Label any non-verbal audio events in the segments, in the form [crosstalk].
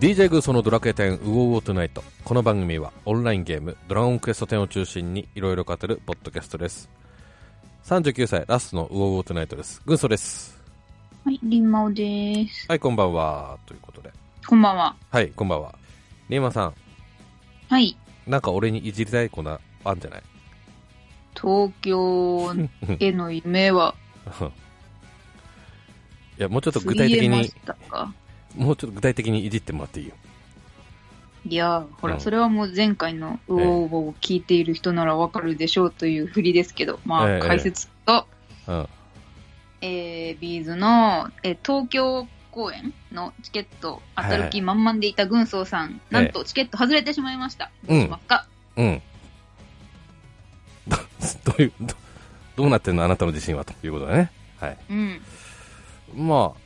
DJ グーソのドラクエ10ウォウォートゥナイトこの番組はオンラインゲームドラゴンクエスト10を中心にいろいろ語るポッドキャストです39歳ラストのウォウォートゥナイトですグーソですはい、リンマオです。はいこんばんはということでこんばんは。はいこんばんはリーマンさはい、んなんか俺にいじりたいこなあんじゃない東京への夢はいやもうちょっと具体消的えまにしたかもうちょっと具体的にいじってもらっていいよいやー、ほうんら、それはもう前回のウォーウォーを聞いている人ならわかるでしょうという振りですけど、まええあ、解説と、うんえー、ビーズの、えー東京公演のチケット当たる気満々でいた軍曹さん、はいなんとチケット外れてしまいました。うんどうしますか、うんど [laughs] ういうどどうなってんのあなたの自信はということだねはいうん、まあ、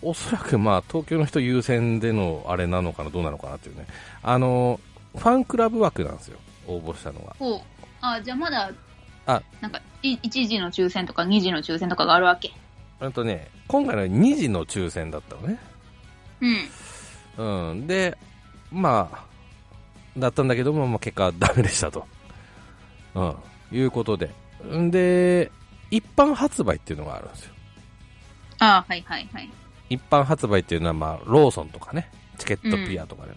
おそらくまあ東京の人優先でのあれなのかな、どうなのかなっていうね、あのファンクラブ枠なんですよ、応募したのは。ほう。あ、じゃあまだ、あなんか、い1時の抽選とか2時の抽選とかがあるわけ。あとね、今回の2時の抽選だったのね、うん。うん、で、まあ、だったんだけども、まあ、結果、ダメでしたと、うん、いうことで、んで、一般発売っていうのがあるんですよ。あはいはいはい。一般発売っていうのは、まあ、ローソンとかね、チケットピアとかね、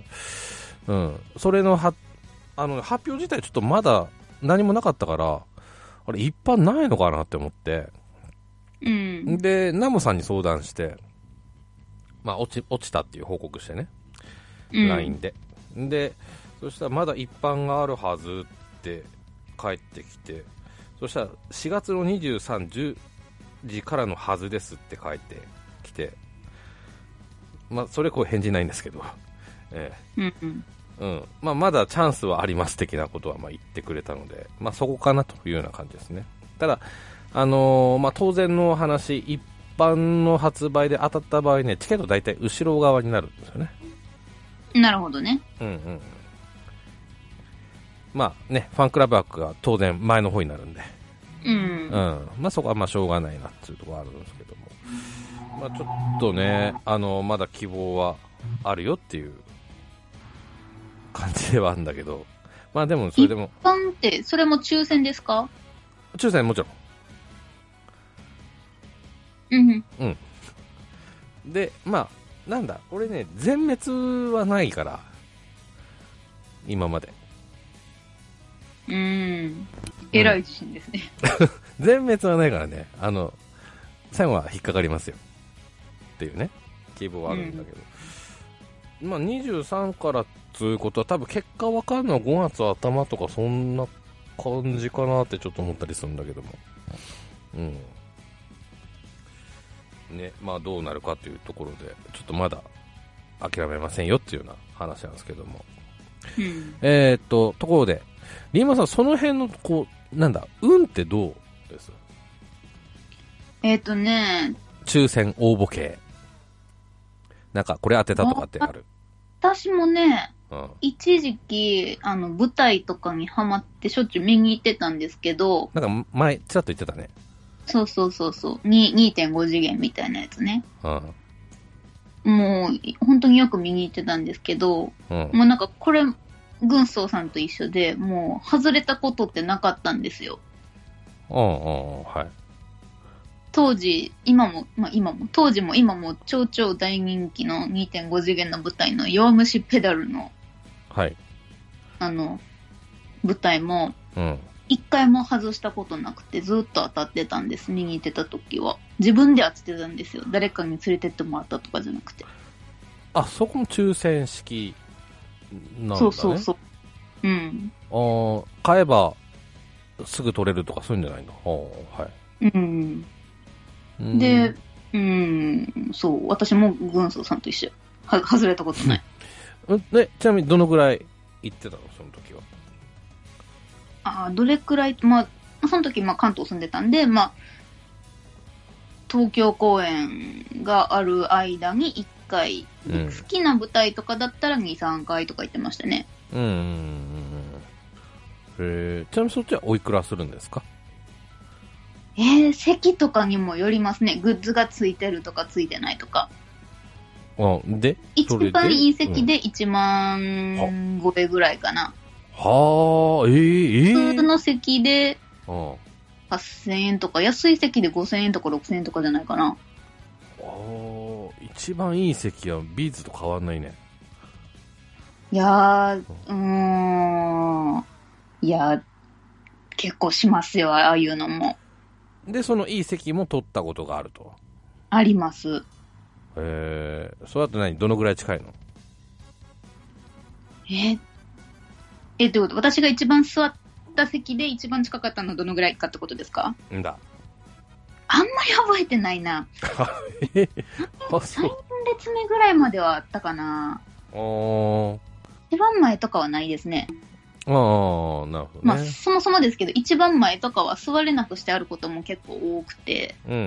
うん、それのはあの発表自体、ちょっとまだ何もなかったから、あれ、一般ないのかなって思って、うん。で、ナムさんに相談して、まあ、落ち落ちたっていう報告してね、うん LINE で。で、そしたら、まだ一般があるはずって帰ってきて、そしたら、4月の23、10時からのはずですって書いてきて、まあ、それ以降返事ないんですけど、 [laughs] えうんうん。えうんまあ、まだチャンスはあります的なことはまあ言ってくれたので、まあ、そこかなというような感じですね。ただ、あのーまあ、当然の話、一般の発売で当たった場合ね、チケット大体後ろ側になるんですよね。なるほどね。うんうんうんまあね、ファンクラブ枠が当然前の方になるんで、う。うんん、まあそこはまあしょうがないなっていうところはあるんですけども、まあちょっとね、あの、まだ希望はあるよっていう感じではあるんだけど、まあでもそれでも、パンって、それも抽選ですか抽選もちろうん。ん。で、まあ、なんだ、俺ね、全滅はないから、今まで。うん。えらい自信ですね。全滅はないからね、あの、最後は引っかかりますよ。っていうね、希望はあるんだけど。まあ、23からっつうことは、多分結果わかるのは5月頭とか、そんな感じかなってちょっと思ったりするんだけども。うん。ね、まあどうなるかというところで、ちょっとまだ諦めませんよっていうような話なんですけども。うん。えーっと、ところで、リーマンさん、その辺の、こう、なんだ、運ってどうですえっ、とね、抽選応募系。なんか、これ当てたとかってある。私もね、うん。一時期、あの、舞台とかにハマってしょっちゅう見に行ってたんですけど、なんか、前、ちらっと言ってたね。そうそうそうそう、に2.5次元みたいなやつね。うん。もう、い本当によく見に行ってたんですけど、うん。もうなんかこれ、軍曹さんと一緒で、もう外れたことってなかったんですよ。うんうんうん。はい。当時、今も、まあ今も、当時も今も超超大人気の2.5次元の舞台の弱虫ペダルの、はい。あの、舞台も、うん。一回も外したことなくて、ずっと当たってたんです、見に行ってた時は。自分で当ててたんですよ。誰かに連れてってもらったとかじゃなくて。あ、そこも抽選式なんだ、ね。そうそうそう。うん。う。あー買えば、すぐ取れるとか、そういうんじゃないの。あーはうん。い。うんで、、うん、そう。私も軍曹さんと一緒。は外れたことない。うんで、ちなみにどのぐらい行ってたの、その時は。あーどれくらい、まあ、その時、まあ、関東住んでたんで、まあ、東京公演がある間に1回、うん好きな舞台とかだったら2、3回とか行ってましたね。うんうんうんうん。えー、ちなみにそっちはおいくらするんですかえー、席とかにもよりますね。グッズがついてるとかついてないとか。ああで一それで番隕石うんで1万超えぐらいかな。はあえー、え普ー通の席でうん8000円とか、安い席で5000円とか6000円とかじゃないかな。あー一番いい席はビーズと変わんないねいやー、うーん。いやー、結構しますよ、ああいうのも。でそのいい席も取ったことがあるとあります。えー、それだと何どのぐらい近いのええ、ってこと私が一番座った席で一番近かったのはどのぐらいかってことですかんだあんまり覚えてないな。 [laughs] あそう4列目ぐらいまではあったかな。あー一番前とかはないですね。あーなるほどまあ、ねそもそもですけど、一番前とかは座れなくしてあることも結構多くて、うんう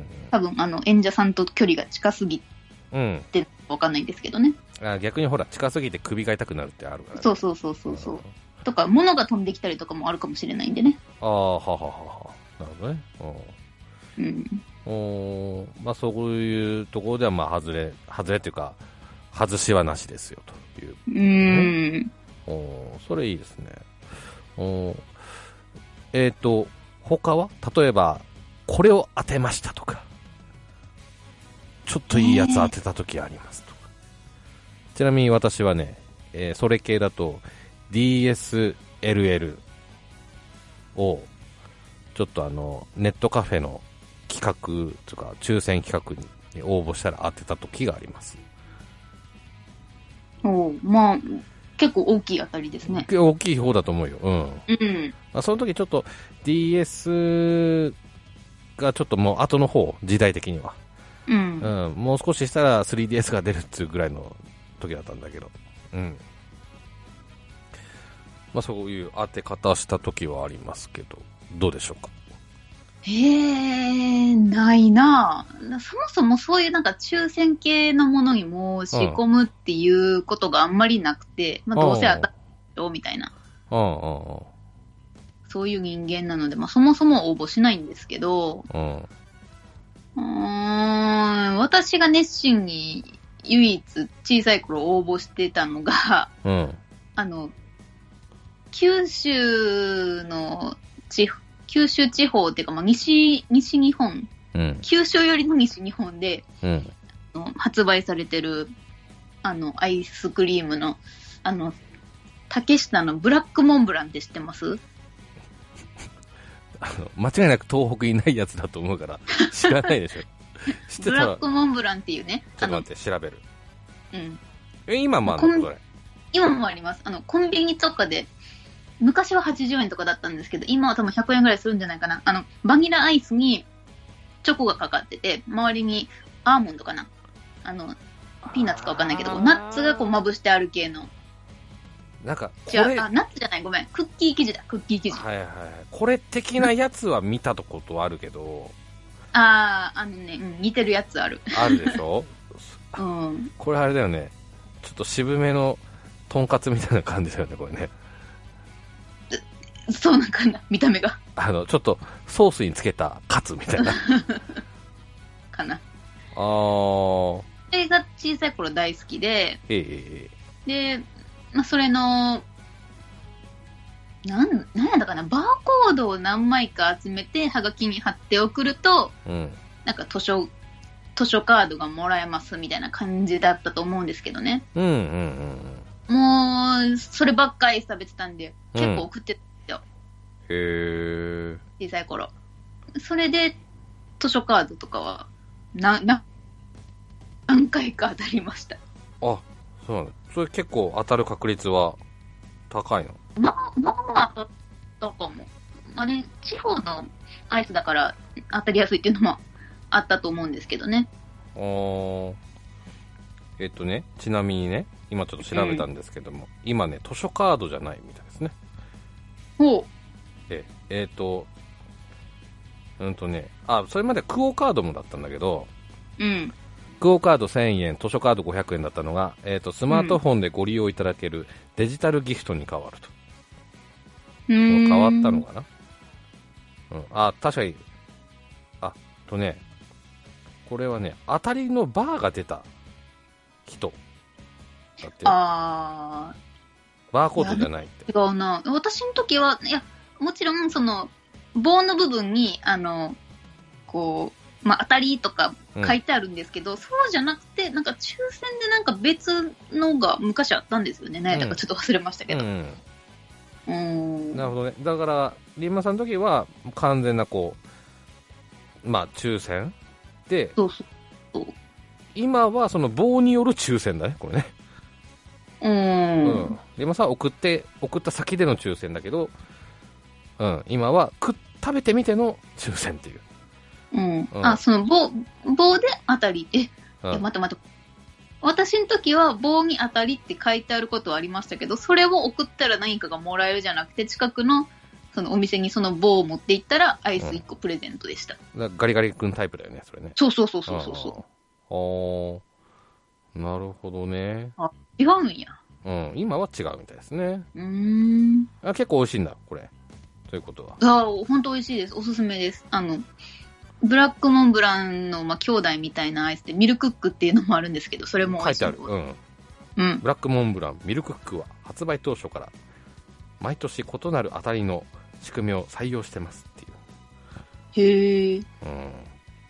ん多分あの演者さんと距離が近すぎうんうんてわかんないんですけどね。あ逆にほら近すぎて首が痛くなるってあるからね、そうそうそうそうそう。とか、物が飛んできたりとかもあるかもしれないんでね。ああははははなるほどねうん。うんおーまあそういうところではまあ外れ外れっていうか外しはなしですよといううーん。おーそれいいですねおーえっ、と他は例えばこれを当てましたとかちょっといいやつ当てた時ありますとか、ちなみに私はね、えーそれ系だと DSLL をちょっとあのネットカフェの企画とか抽選企画に応募したら当てた時がありますおうまあ、結構大きいあたりですね。大きい方だと思うようんうん。まあ、その時ちょっと DS がちょっともう後の方、時代的には。う。うんん、もう少ししたら 3DS が出るっていうぐらいの時だったんだけど。うん。まあそういう当て方した時はありますけど、どうでしょうか。へえ、ないなぁそもそもそういうなんか抽選系のものに申し込むっていうことがあんまりなくて、まあどうせ当たるよみたいな。うそういう人間なので、まあ、そもそも応募しないんですけど、んうんうん。うん。うーん、私が熱心に唯一小さい頃応募してたのが、うん。あの、九州の地、九州地方っていうか、まあ、西、西日本、うん。九州よりの西日本でうん。 [laughs] あの発売されてる、あの、アイスクリームの、あの、竹下のブラックモンブランって知ってますあの、間違いなく東北いないやつだと思う [laughs] から、知らないでしょ。知ってたブラら、ちょッっとクモンブランっていうね、あ待っの、て、調べる。うん。え、今もあんのそれ。今もあります。あの、コンビニとかで、昔は80円とかだったんですけど、今は多分100円ぐらいするんじゃないかな。あの、バニラアイスにチョコがかかってて、周りにアーモンドかな。あの、ピーナッツかわかんないけど、こうナッツがこうまぶしてある系の。なんか、こ違う、れ、あ、ナッツじゃない、ごめん。クッキー生地だ、クッキー生地。はいはいはい、これ的なやつは見たことあるけど、あー、あのね、うん、似てるやつある。あるでしょ、うん。これあれだよね、ちょっと渋めのとんかつみたいな感じだよね、これね、そうなんかな、見た目が、あのちょっとソースにつけたカツみたいな、あかな。ー、それが小さい頃大好きで、ええで、まあ、それの、なん、なんやったかな、バーコードを何枚か集めて、はがきに貼って送ると、うん、なんか図書、図書カードがもらえますみたいな感じだったと思うんですけどね。うん、うん、うん、もう、そればっかり食べてたんで、うん結構送って、へえ、小さい頃。それで、図書カードとかは、な、な、何回か当たりました。あそうなんだ、それ結構当たる確率は高いの、まあ、まあ当たったかも。あれ、地方のアイスだから当たりやすいっていうのもあったと思うんですけどね。あーえっとね、ちなみにね、今ちょっと調べたんですけども、今ね、図書カードじゃないみたいですね。ほう。ええーとうんとねあそれまでクオカードもだったんだけどうん。クオカード1000円図書カード500円だったのが、えー、とスマートフォンでご利用いただけるデジタルギフトに変わると、変変わったのかなうんあ確かにあとねこれはね当たりのバーが出た人だってああバーコードじゃないって違うな。私の時は、いや、もちろん、その、棒の部分に、あの、こう、まあ、当たりとか書いてあるんですけど、そうじゃなくて、なんか抽選でなんか別のが昔あったんですよね。何だかちょっと忘れましたけうど。んうーん。なるほどねだからリンマさんの時は完全なこうまあ抽選でそうそう。今はその棒による抽選だねこれねうー。うんんリンマさんは送って送った先での抽選だけどうん今は食食べてみての抽選っていう、うん。うんあ、その棒、棒で当たり。え、いうやん、待って待って。私の時は棒に当たりって書いてあることはありましたけど、それを送ったら何かがもらえるじゃなくて、近くのそのお店にその棒を持って行ったらアイス1個プレゼントでした。だガリガリ君タイプだよねそれねそうそうそうそうそうそう。うんあーなるほどね、違うんや。うん、今は違うみたいですねうーん。あ結構美味しいんだこれということはああ、本当美味しいです。おすすめです。あの、ブラックモンブランの、まあ、兄弟みたいなアイスで、ミルクックっていうのもあるんですけど、それも美書い味しい。てある、うん、うん。ブラックモンブランミルクックは発売当初から毎年異なる当たりの仕組みを採用してますっていう、へえ。うん、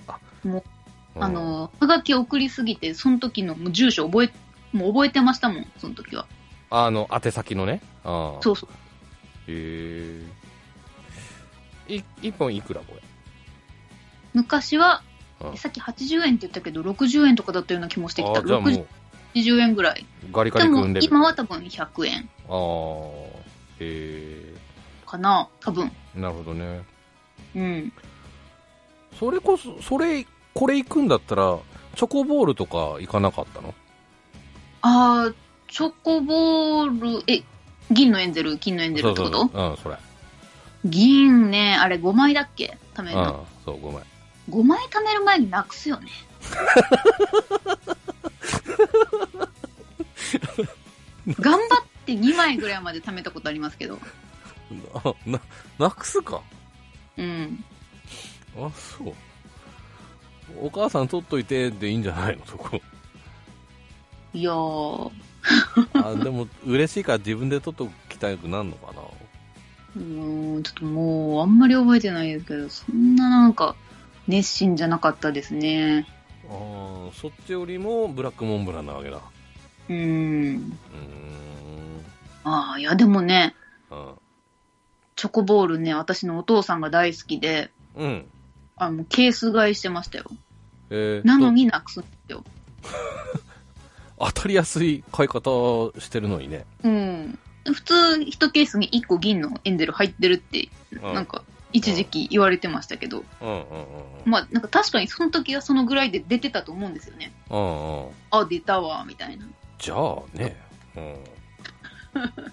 あもうんあの、はがき送りすぎて、その時のもう住所覚え、もう覚えてましたもん、その時は。あの宛先のねあそううそう。へえ1本いくらこれ昔はう、んさっき80円って言ったけど、60円とかだったような気もしてきた。あじゃあも60う円ぐらい。ガリガでリも君レベル今は多分100円あーへかな、多分。えなるほどねうん。それこそそれこれ行くんだったらチョコボールとか行かなかったのあー、チョコボール、え、銀のエンゼル、金のエンゼルってことそうそううんそれ銀ね、あれ5枚だっけ貯めるうんの。そうごめん5枚貯める前になくすよね。頑張って2枚ぐらいまで貯めたことありますけど。あ [laughs] ななくすかうん。あそうお母さん取っといてでいいんじゃないのそ [laughs] こいやー、あでも嬉しいから自分で取っときたくなるのかなうーん、ちょっともうあんまり覚えてないですけど、そんななんか熱心じゃなかったですね。あーそっちよりもブラックモンブランなわけだううん。ーんああ、いやでもね、うんチョコボールね、私のお父さんが大好きで、うんあの、ケース買いしてましたよ。えーなのになくすんですよ。当たりやすい買い方してるのにね、うん。普通、一ケースに1個銀のエンゼル入ってるって、うん、なんか、一時期言われてましたけど、うんうんうんうんまあ、なんか確かにその時はそのぐらいで出てたと思うんですよね。うんうんあ、出たわ、みたいな。じゃあね、 [laughs] うん、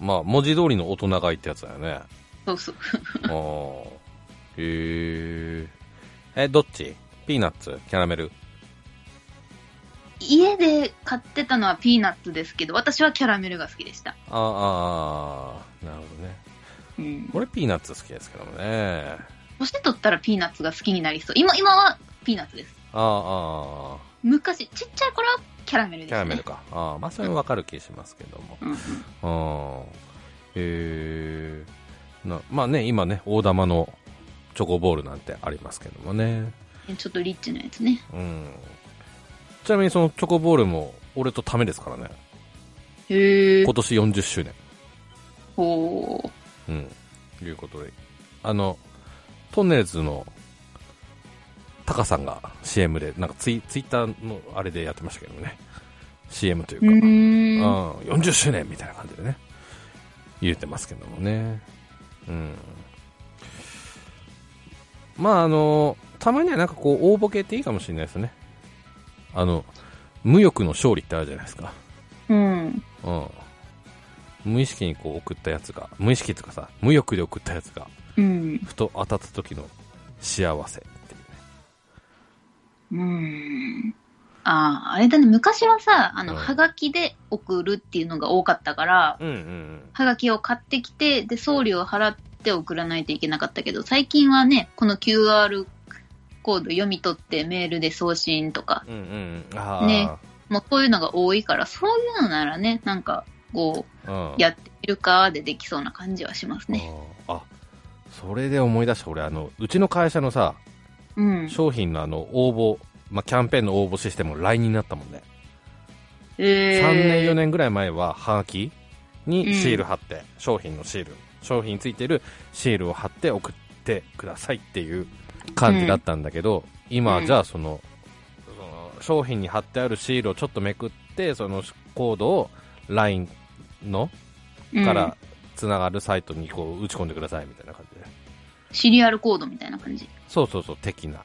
まあ文字通りの大人買いってやつだよねそうそう。あーへええどっちピーナッツキャラメル家で買ってたのはピーナッツですけど、私はキャラメルが好きでした。あーあーなるほどねうん。俺ピーナッツ好きですけどもね年取ったらピーナッツが好きになりそう。今、今はピーナッツです。あーあ昔、ちっちゃい頃はキャラメルーでしキャラたメね。ルかあーまあそれもわかる気しますけどもうんうん。あーへえなまあね今ね大玉のチョコボールなんてありますけどもねちょっとリッチなやつね。うんちなみにそのチョコボールも俺とためですからねへえ今。年40周年ほうんいうことであのトンネルズのタカさんが CM でなんかツイツイッターのあれでやってましたけどね CM というう。か、ううんーん。 40周年みたいな感じでね言ってますけどもねうんまああのたまにはなんかこう大ボケっていいかもしれないですねあの無欲の勝利ってあるじゃないですかうん。うん、無意識にこう送ったやつが無意識とかさ無欲で送ったやつがうん。ふと当たった時の幸せっていうねうーん。ああ、あれだね、昔はさ、あの、うんはがきで送るっていうのが多かったから、うんうんはがきを買ってきて、で、送料を払って送らないといけなかったけど、最近はね、この QR コード読み取ってメールで送信とか、うんうんうんああ、ねまあ、こういうのが多いから、そういうのならね、なんか、こう、うんやってみるかでできそうな感じはしますね。あーあそれで思い出した俺あのうちの会社のさうん。商品のあの応募、まあ、キャンペーンの応募システムの LINE になったもんね、えー、 3年4年ぐらい前ははがきにシール貼って、商品のシール商品についてるシールを貼って送ってくださいっていう感じだったんだけど、今はじゃあその,、その商品に貼ってあるシールをちょっとめくってそのコードを LINE のうんからつながるサイトにこう打ち込んでくださいみたいな感じで、シリアルコードみたいな感じ。そうそうそう的な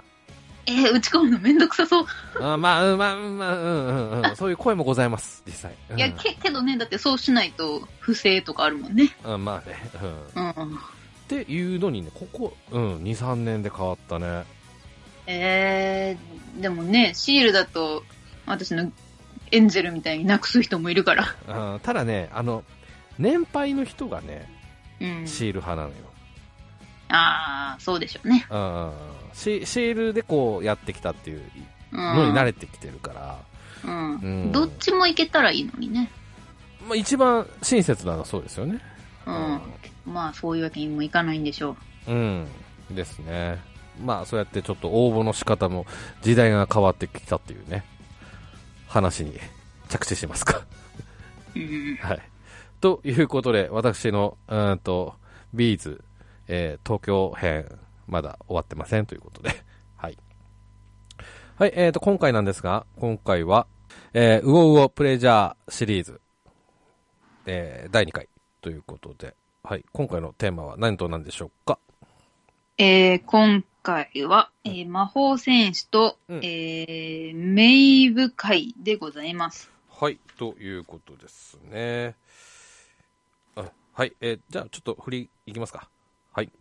えー、打ち込むのめんどくさそう。あまあ、うんまあ、うんまあ、うんうんうん。そういう声もございます、実際。うんいや、け、けどね、だってそうしないと不正とかあるもんね。うん、まあね、うん。っうん。ていうのにね、ここ、うん、2、3年で変わったね。えー、でもね、シールだと、私のエンゼルみたいになくす人もいるから。うん、ただね、あの、年配の人がね、うん。シール派なのよ。ああ、そうでしょうね。うん、シシールでこうやってきたっていううん。のに慣れてきてるから、うん。うんどっちもいけたらいいのにね。まあ一番親切なのはそうですよね。うん。まあ、そういうわけにもいかないんでしょうん、ですね。まあそうやってちょっと応募の仕方も時代が変わってきたっていうね、話に着地しますか。う。うん。はい。ということで、私の、うーんと、ビーズ、えー東京編、まだ終わってませんということで。 [laughs] はい。はい、えーと、今回なんですが、今回は、えー、ウオウオプレジャーシリーズ、えー第2回ということで、はい、今回のテーマは何となんでしょうかえー、今回は、えー魔法戦士と、うんえー、メイブ会でございます。はい、ということですね。あはい、えーじゃあちょっと振りいきますか。はい。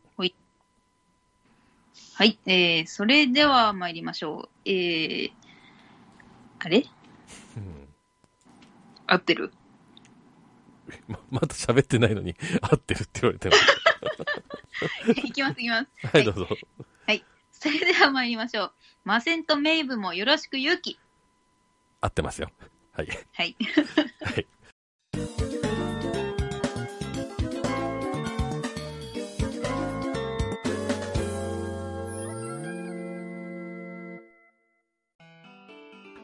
はい。えー、それでは参りましょう。えー、あれ合ってる [laughs] ままだ喋ってないのに [laughs] 合ってるって言われてます。いきます、いきます。はい、どうぞ。それでは参りましょう。マセンとメイブもよろしく勇気。合ってますよ。はい。はい。はい。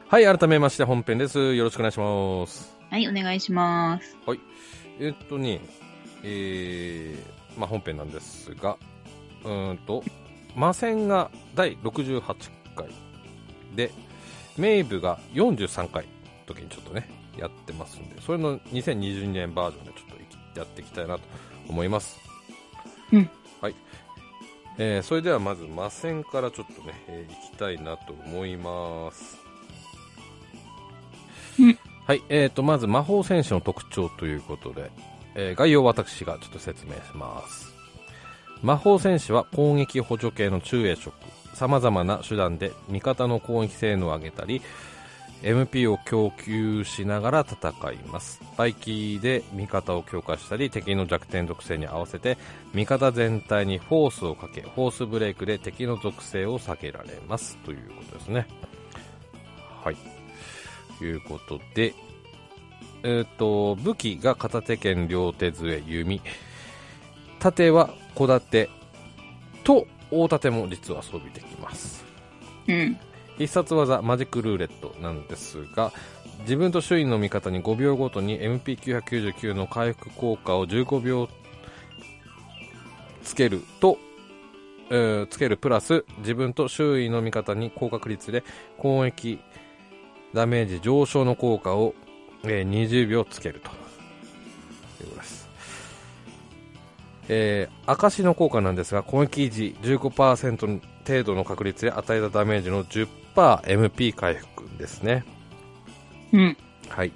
はい、改めまして本編です。よろしくお願いします。はい、お願いします。えっとね、えー、まあ本編なんですが、うーんと、魔戦が第68回で、メイブが43回の時にちょっとね、やってますんで、それの2022年バージョンでちょっといきやっていきたいなと思います。うん。はい。えー、それではまず魔戦からちょっとね、えー、いきたいなと思います。うんはい、えーと、まず魔法戦士の特徴ということで、えー概要を私がちょっと説明します。魔法戦士は攻撃補助系の中英職、様々な手段で味方の攻撃性能を上げたり、MP を供給しながら戦います。バイキーで味方を強化したり、敵の弱点属性に合わせて、味方全体にフォースをかけ、フォースブレイクで敵の属性を下げられます。ということですね。はい。ということで、えっ、と、武器が片手剣両手杖弓。盾は小盾と大盾も実は装備できます。うん。必殺技マジックルーレットなんですが自分と周囲の味方に5秒ごとに MP999 の回復効果を15秒つけると、えーつけるプラス自分と周囲の味方に高確率で攻撃ダメージ上昇の効果を、えー20秒つけるということですえー、証の効果なんですが攻撃時15%程度の確率で与えたダメージの 10%MP 回復ですねうん。はい、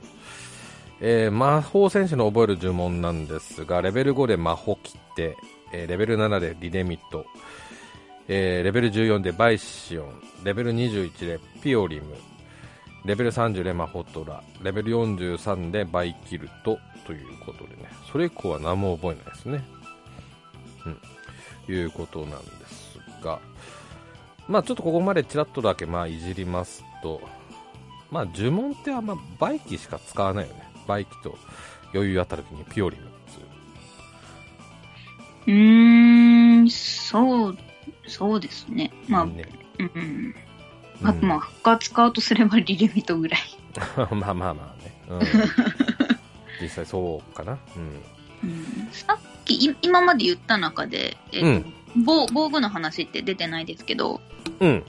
えー魔法戦士の覚える呪文なんですがレベル5で魔法切手、えーレベル7でリデミット、えーレベル14でバイシオンレベル21でピオリムレベル30で魔法トラレベル43でバイキルトということでねそれ以降は何も覚えないですねうんいうことなんですがまあちょっとここまでちらっとだけまあいじりますとまあ呪文ってあんまバイキしか使わないよねバイキと余裕あった時にピオリムっていううーん、そう、そうですね。まあ、ねうん。うんあとまあ、他使うとすればリレミトぐらい。 [laughs] まあまあまあね、うん、 [laughs] 実際そうかな、うん、うんさっき、い今まで言った中で、えっと防防具の話って出てないですけど、うん。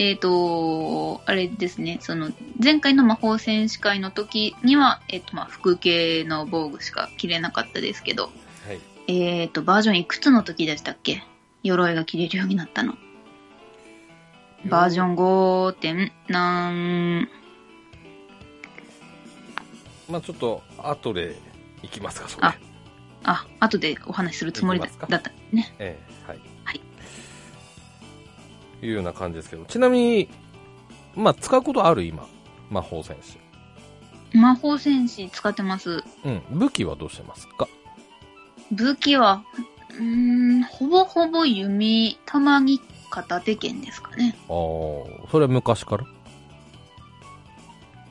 えっ、と、あれですね、その、前回の魔法戦士会の時には、えっ、と、まあ、服系の防具しか着れなかったですけど、はい。えっ、と、バージョンいくつの時でしたっけ鎧が着れるようになったの。バージョン 5. 点なん、まあちょっと、後で行きますか、それ。ああ、後でお話しするつもりだいきますかだったね。ええ、はい。はい。いうような感じですけど、ちなみに、まあ使うことある今、魔法戦士。魔法戦士使ってます。うん。武器はどうしてますか武器は、うーん、ほぼほぼ弓、玉木、片手剣ですかね。ああ、それは昔から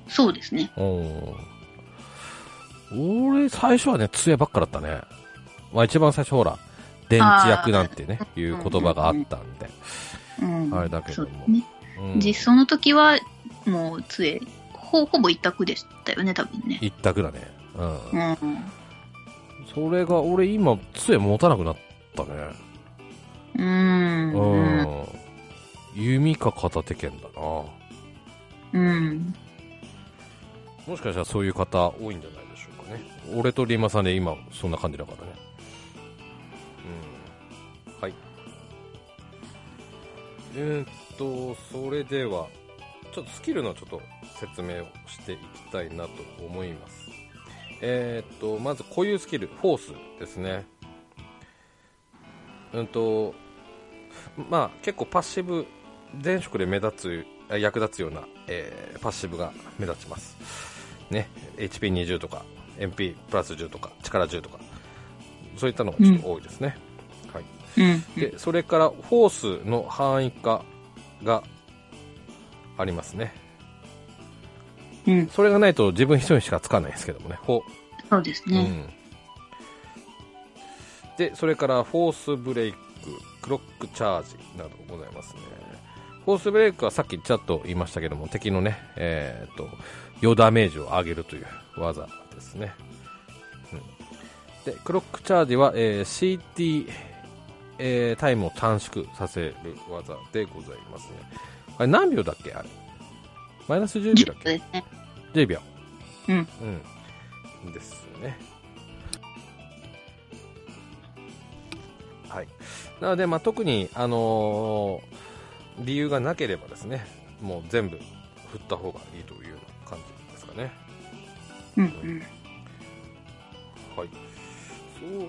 そうですね。お俺、最初はね、杖ばっかだったね。まあ一番最初ほら、電池役なんてね、いう言葉があったんで。うん。あれだけどもそうですね。うん実装の時は、もう杖、ほほぼ一択でしたよね、多分ね。一択だね。うん。うそれが俺今杖持たなくなったねん。うん。ううんん、弓か片手剣だなもうん。しかしたらそういう方多いんじゃないでしょうかね俺とリンマさんで今そんな感じだからねうんはいえーっとそれではちょっとスキルのちょっと説明をしていきたいなと思いますえーっとまず固有スキルフォースですねうんとまあ結構パッシブ前職で目立つあ役立つような、えーパッシブが目立ちますね HP20 とか MP プラス10とか力10とかそういったのがちょっと多いですね、はいうん。でそれからフォースの範囲化がありますねうん。それがないと自分一人しかつかないですけどもねフォそうですうね。ん、でそれからフォースブレイククロックチャージなどございますねフォースブレイクはさっきちらっと言いましたけども敵のねえっと余ダメージを上げるという技ですね、うん、でクロックチャージは、えー CT、えータイムを短縮させる技でございますねあれ何秒だっけあれマイナス10秒10だっ個けですね。 10秒うんうんですねはいなので、まあ、特に、あのー理由がなければですねもう全部振った方がいいというような感じですかねうん。うん。はいそう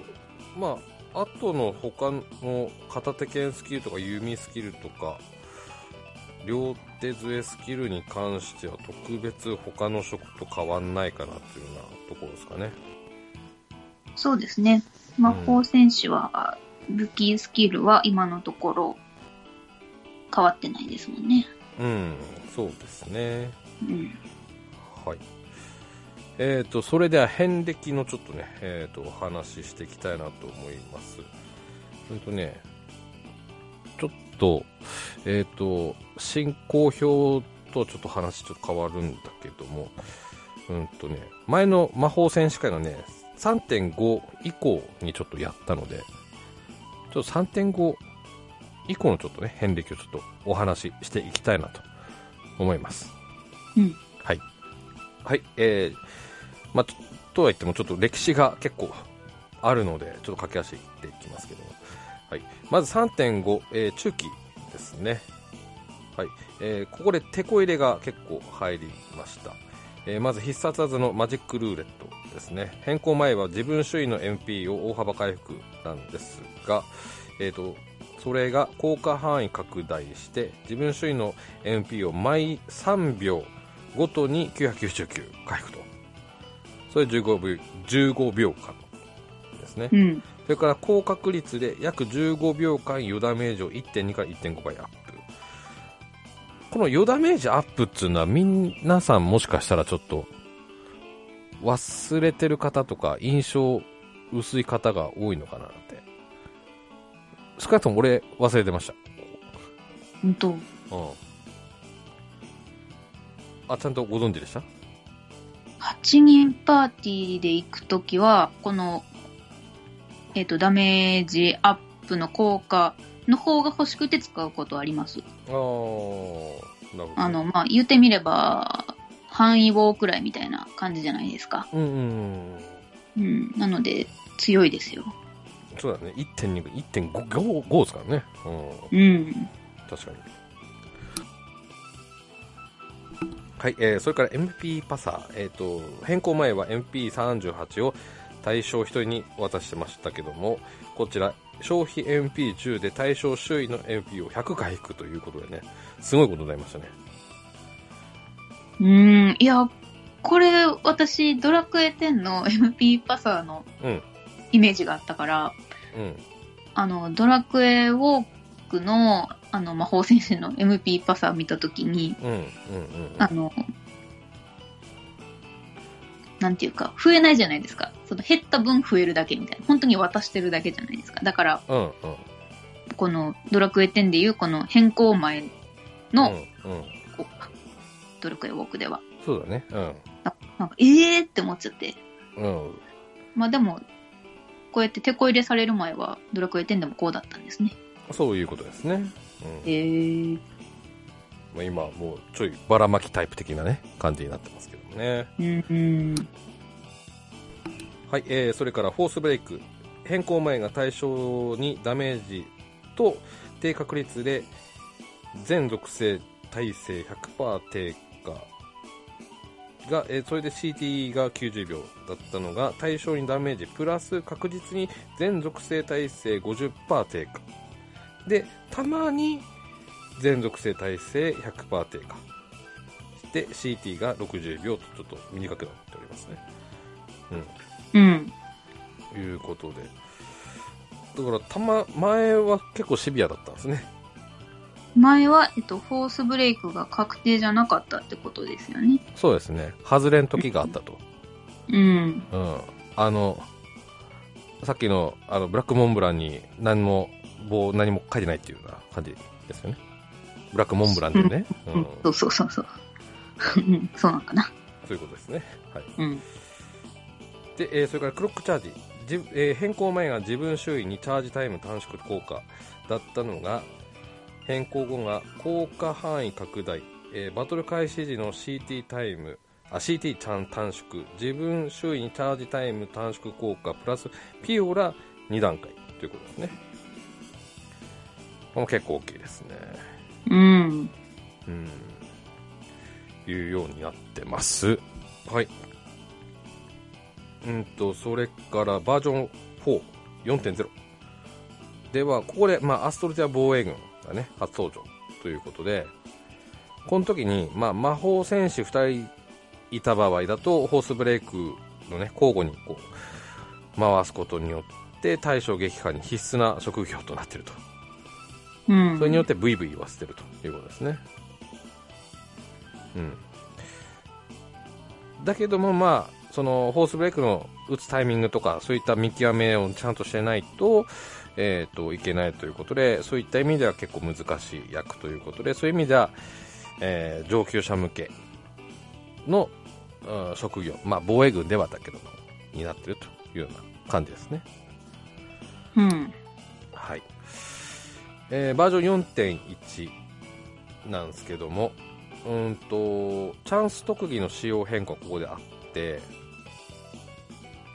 まああとの他の片手剣スキルとか弓スキルとか両手杖スキルに関しては特別他の職と変わんないかなっていうようなところですかねそうですね。魔法戦士は、武器スキルは今のところ変わってないですもんね。うんそうですねうん。はいえー、とそれでは遍歴のちょっとね、えー、とお話ししていきたいなと思いますほんとねちょっとえっ、と進行表とちょっと話ちょっと変わるんだけどもうんとね前の魔法戦士会のね3.5以降にちょっとやったのでちょっと3.5以降のちょっとね遍歴をちょっとお話ししていきたいなと思いますうんはいはいえー、まあちょとはいってもちょっと歴史が結構あるのでちょっと駆け足いっていきますけどもはい、まず3.5、えー中期ですね、はいえーここでテこ入れが結構入りました、えーまず必殺技のマジックルーレットですね変更前は自分周囲の MP を大幅回復なんですが、えー、とそれが効果範囲拡大して自分周囲の MP を毎3秒ごとに999回復とそれ15秒 ,15 秒間ですね、うん。それから高確率で約15秒間余ダメージを1.2から1.5倍アップ。このヨダメージアップっていうのは皆さんもしかしたらちょっと忘れてる方とか印象薄い方が多いのかなって少なくとも俺忘れてまし本当たうんあちゃんとご存知でした8人パーティーで行くときは、この、えっ、と、ダメージアップの効果の方が欲しくて使うことはあります。ああなるほどねあの、まあ、言ってみれば、範囲棒くらいみたいな感じじゃないですか。うんうんうんうん。なので、強いですよ。そうだね1.2 1.5ですからねうんうん。確かにはい、えーそれから MP パサー、えー、と変更前は MP38 を対象1人に渡してましたけどもこちら消費 MP10 で対象周囲の MP を100回引くということでねすごいことになりましたねうん。いや、これ、私、ドラクエ10の [laughs] MP パサーのうんイメージがあったから、うんあの、ドラクエウォークの、あの、魔法戦士の MP パサー見たときに、うんうんうんうんあの、なんていうか、増えないじゃないですか。その減った分増えるだけみたいな。本当に渡してるだけじゃないですか。だから、うんうんこのドラクエ10でいうこの変更前の、うんうんこうドラクエウォークでは。そうだねうんなんか、えーって思っちゃって。うんまあでも、こうやって手こ入れされる前は、ドラクエ10でもこうだったんですね。そういうことですね、うんえー、まあ、今はもうちょいばらまきタイプ的なね感じになってますけどもねうん、うん。はい、えーそれからフォースブレイク変更前が対象にダメージと低確率で全属性耐性100%低下が、えーそれで CT が90秒だったのが対象にダメージプラス確実に全属性耐性50%低下でたまに全属性耐性100%低下で CT が60秒とちょっと短くなっておりますねうん。ということでだからたま前は結構シビアだったんですね前は、えっと、フォースブレイクが確定じゃなかったってことですよね。そうですね外れん時があったと、うん。 [laughs] うん、あのさっきのあのブラックモンブランに何も棒何も書いてないっていうような感じですよねブラックモンブランで [laughs] ね、うんうん、そうそうそうそう。うんそうなんかな。そういうことですねはいうん。で、えーそれからクロックチャージ自、えー変更前が自分周囲にチャージタイム短縮効果だったのが変更後が効果範囲拡大、えーバトル開始時の CT タイムあ CT ちゃん短縮自分周囲にチャージタイム短縮効果プラスピオラ2段階ということですねこれも結構大きいですねうん。うんいうようになってます。はい。うんと、それからバージョン4、4.0。では、ここで、まあ、アストルティア防衛軍がね、初登場ということで、この時に、まあ、魔法戦士2人いた場合だと、ホースブレイクのね、交互にこう、回すことによって、対象撃破に必須な職業となっていると。うん。それによってブイブイ言わせてるということですね。うん。だけども、まあ、その、ホースブレイクの打つタイミングとか、そういった見極めをちゃんとしてないと、えっ、と、いけないということで、そういった意味では結構難しい役ということで、そういう意味では、えー上級者向けの、うん職業、まあ、防衛軍ではだけども、になってるというような感じですね。うん。はいえーバージョン4.1なんですけどもうーんとチャンス特技の使用変更ここであって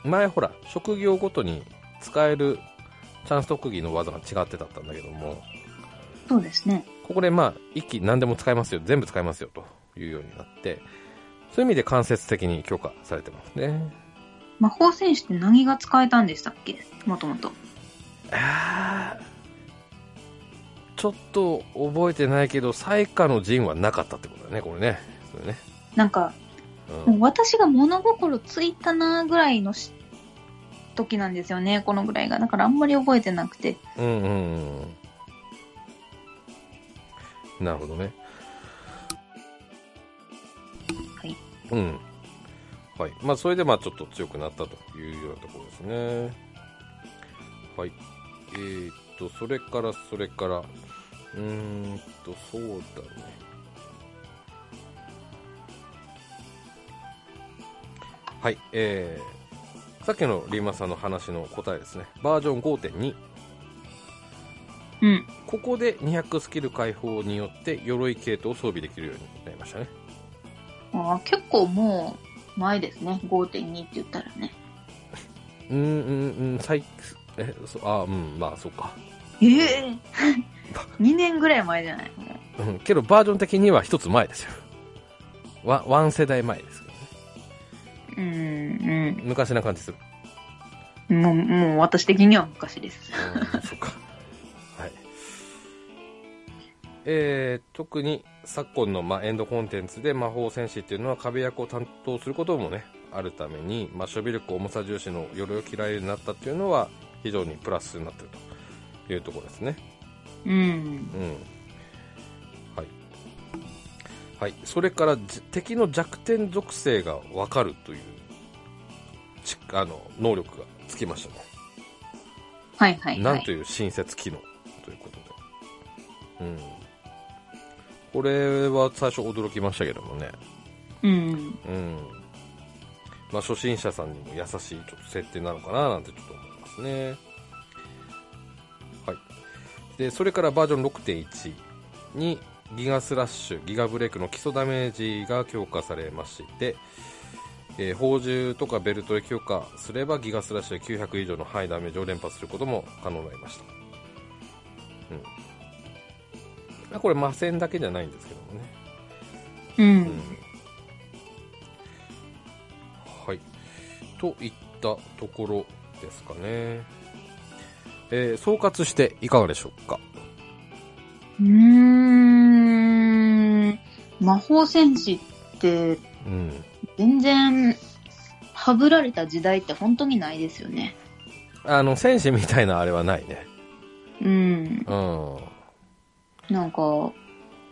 前ほら職業ごとに使えるチャンス特技の技が違ってだったんだけどもそうですね。ここでまあ一気に何でも使えますよ全部使えますよというようになってそういう意味で間接的に強化されてますね魔法戦士って何が使えたんでしたっけもともと。あーちょっと覚えてないけど、最下の陣はなかったってことだね、これね。それねなんか、うんもう私が物心ついたなぐらいのし時なんですよね。このぐらいが。だからあんまり覚えてなくて。うんうんうん。なるほどね。うん。はい。まあ、それで、まあ、ちょっと強くなったというようなところですね。はい。えー、っと、それから、それから、うーんと、そうだね。はい。えー、さっきのリーマさんの話の答えですね。バージョン5.2。うん。ここで200スキル解放によって鎧系統を装備できるようになりましたね。あー結構もう前ですね。5.2って言ったらね。うんうんうん、最、え、そあ、うん、まあ、そうか。え [laughs] え2年ぐらい前じゃないもううん、けどバージョン的には一つ前ですよ。ワン、ワン世代前ですけどね。うん、昔な感じする。うん。もう、もう私的には昔です。うん、そっか。はい。えー、特に昨今の、まあ、エンドコンテンツで魔法戦士っていうのは壁役を担当することもね、あるために、まあ、守備力重さ重視の鎧を着られるようになったっていうのは、非常にプラスになってるというところですね。うん。うん。はい。はい。それから、じ敵の弱点属性がわかるという、ちあの、能力がつきましたね。はいはい、はい。なんという新設機能ということで。うん。これは最初驚きましたけどもね。うん。うん。まあ、初心者さんにも優しいちょっと設定なのかななんてちょっと思いますね。はい。で、それからバージョン6.1にギガスラッシュ、ギガブレイクの基礎ダメージが強化されまして、えー宝珠とかベルトで強化すればギガスラッシュで900以上のハイダメージを連発することも可能になりました。うんまあ。これ、魔戦だけじゃないんですけどもね。う。うんん、はい。といったところですかね。えー総括していかがでしょうかうーん。魔法戦士って、うん。全然、はぶられた時代って本当にないですよね。あの、戦士みたいなあれはないね。うん。うん。なんか、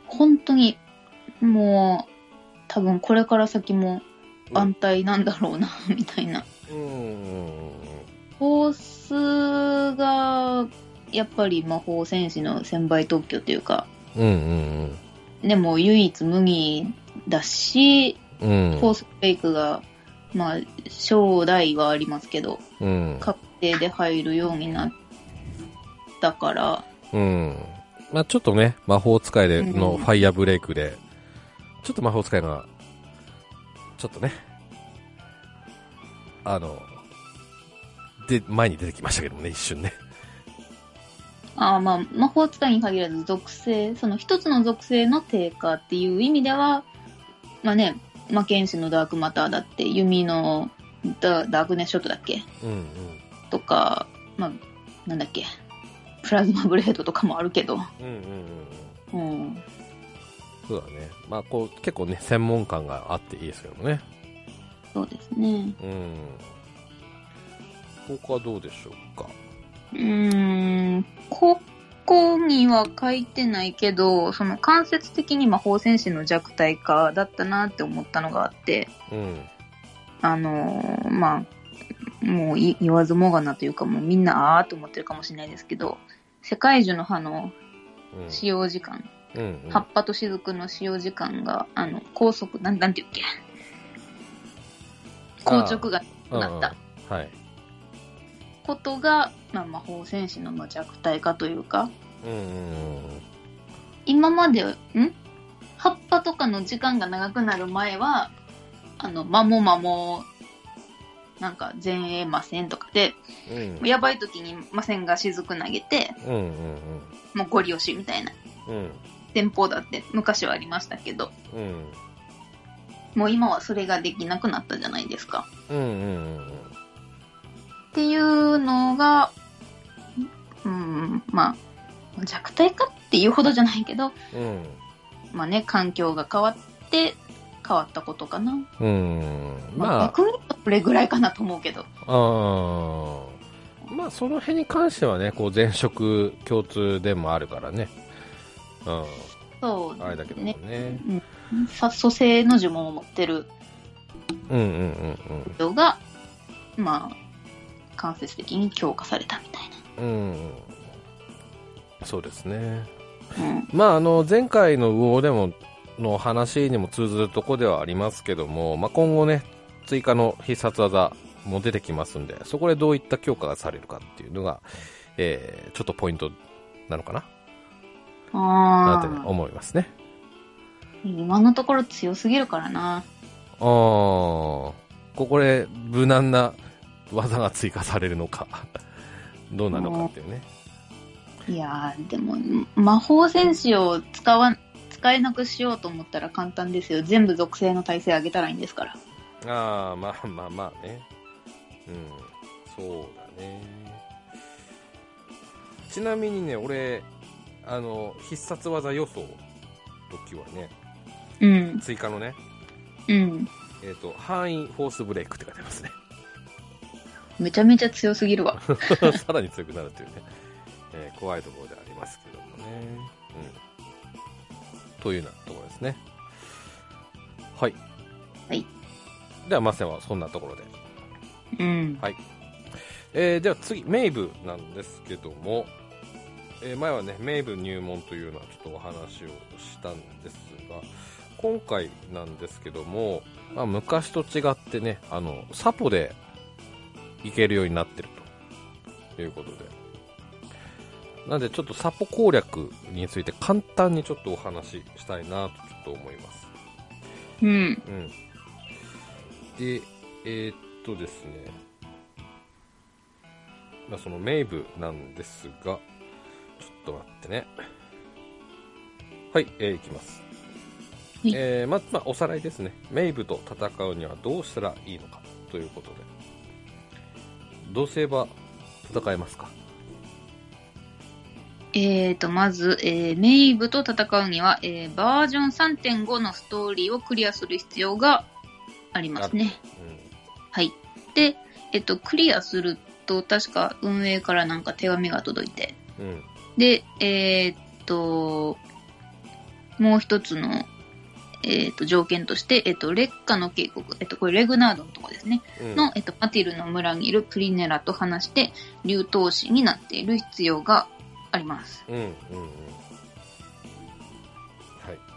本当に、もう、多分これから先も安泰なんだろうな、 [laughs] みたいな。うん。コースが、やっぱり魔法戦士の千倍特許というか、うんうんでも唯一無二だし、うん。うん。コースフェイクが、まあ、将来はありますけど、うん。確定で入るようになったから、うん。まあちょっとね、魔法使いでのうんファイアブレイクで、ちょっと魔法使いが、ちょっとね、あの、で、前に出てきましたけどもね、一瞬ね。あーまあ、魔法使いに限らず属性、その一つの属性の低下っていう意味では、まあね、魔剣士のダークマターだって、弓のダダークネスショットだっけうんとか、まあ、なんだっけ、プラズマブレードとかもあるけど、うん。うんうんうん。うん。そうだね。まあこう、結構ね、専門感があっていいですけどもね。そうですうね。ん。他どうでしょうか。うーん、ここには書いてないけど、その間接的に魔法戦士の弱体化だったなって思ったのがあって、うん。あのーまあ、もうい言わずもがなというか、もうみんなあーと思ってるかもしれないですけど、世界樹の葉のうん。使用時間、うんうん、葉っぱと雫の使用時間が、あの、高速、なん、なんていうっけ硬直がうんうんなったはい。ことが、まあ、魔法戦士のまあ弱体化というか、うんうんうん。今まで、ん葉っぱとかの時間が長くなる前は、あの、まもまも、なんか前衛魔戦とかで、うん。やばい時に魔戦が雫投げて、うんうんもうゴリ押しみたいなうん。うん。戦法だって昔はありましたけど、うん。もう今はそれができなくなったじゃないですか。うんうんうんっていうのが、うん、まあ、弱体化っていうほどじゃないけど、うんまあね、環境が変わって、変わったことかな。うんうんまあ、ま逆に言うとこれぐらいかなと思うけど。ああーまあその辺に関してはねこう前職共通でもあるからねうんそう、あれだけどもねうん。さ蘇生の呪文を持ってるうんうんうん動が、まあ、間接的に強化されたみたいうんうんそうですねな。うん。まああの前回の魚でもの話にも通ずるとこではありますけども、まあ、今後ね追加の必殺技も出てきますんでそこでどういった強化がされるかっていうのが、えーちょっとポイントなのかななんてね、ああ、思いますね今のところ強すぎるからな。ああここで無難な技が追加されるのかどうなのかっていうねいやー、でも、魔法戦士を使わ、使えなくしようと思ったら簡単ですよ。全部属性の耐性上げたらいいんですから。ああまあまあまあねうんそうだねちなみにね俺あの必殺技予想の時はねうん、追加のね、うん。えー、と範囲フォースブレイクって書いてありますねめちゃめちゃ強すぎる [laughs] わ。さらに強くなるというね、えー怖いところではありますけどもねうんというようなところですねはいはいではマセはそんなところでうん。えーでは次、メイブなんですけども、えー前はね、メイブ入門というのはちょっとお話をしたんですが、今回なんですけども、まあ、昔と違ってね、あの、サポで行けるようになってるということで。なんでちょっとサポ攻略について簡単にちょっとお話ししたいなとちょっと思います。うん。うん、で、えーっとですね、まあ、そのメイブなんですが、ちょっと待ってね。はい、えーいきます。はいえーまず、まあ、おさらいですね。メイブと戦うにはどうしたらいいのかということで。どうすれば戦えますかえーと、まず、えー、メイブと戦うには、えー、バージョン3.5のストーリーをクリアする必要がありますね。うはい。で、えっと、クリアすると、確か運営からなんか手紙が届いて、ん。うん。で、えーっと、もう一つの、えーっと、条件として、えっと、劣化の渓谷、えっと、これレグナードのとこですね、うん。の、えっと、パティルの村にいるプリネラと話して、流投資になっている必要があります。うん。うん。うん。は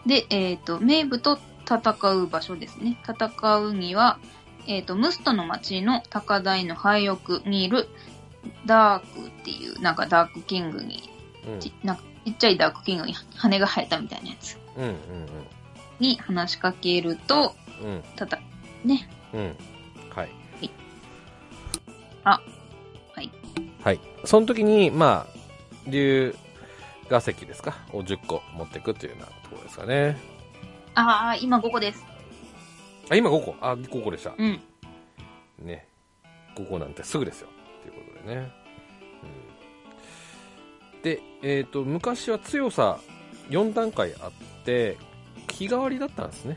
い。で、えっ、と、名武と戦う場所ですね。戦うには、えっ、と、ムストの町の高台の廃屋にいるダークっていう、なんかダークキングに、うん。ちなんかちっちゃいダークキングに羽が生えたみたいなやつうん。に話しかけると、うん。うん。たた、ね。うん。はい。あはい。はい。その時に、まあ、竜が石ですかを10個持っていくというようなところですかね。ああ、今5個です。あ、今5個。あ、5個でした。うん。ね。5個なんてすぐですよ。ということでね。うん、で、えっ、と、昔は強さ4段階あって、日替わりだったんですね。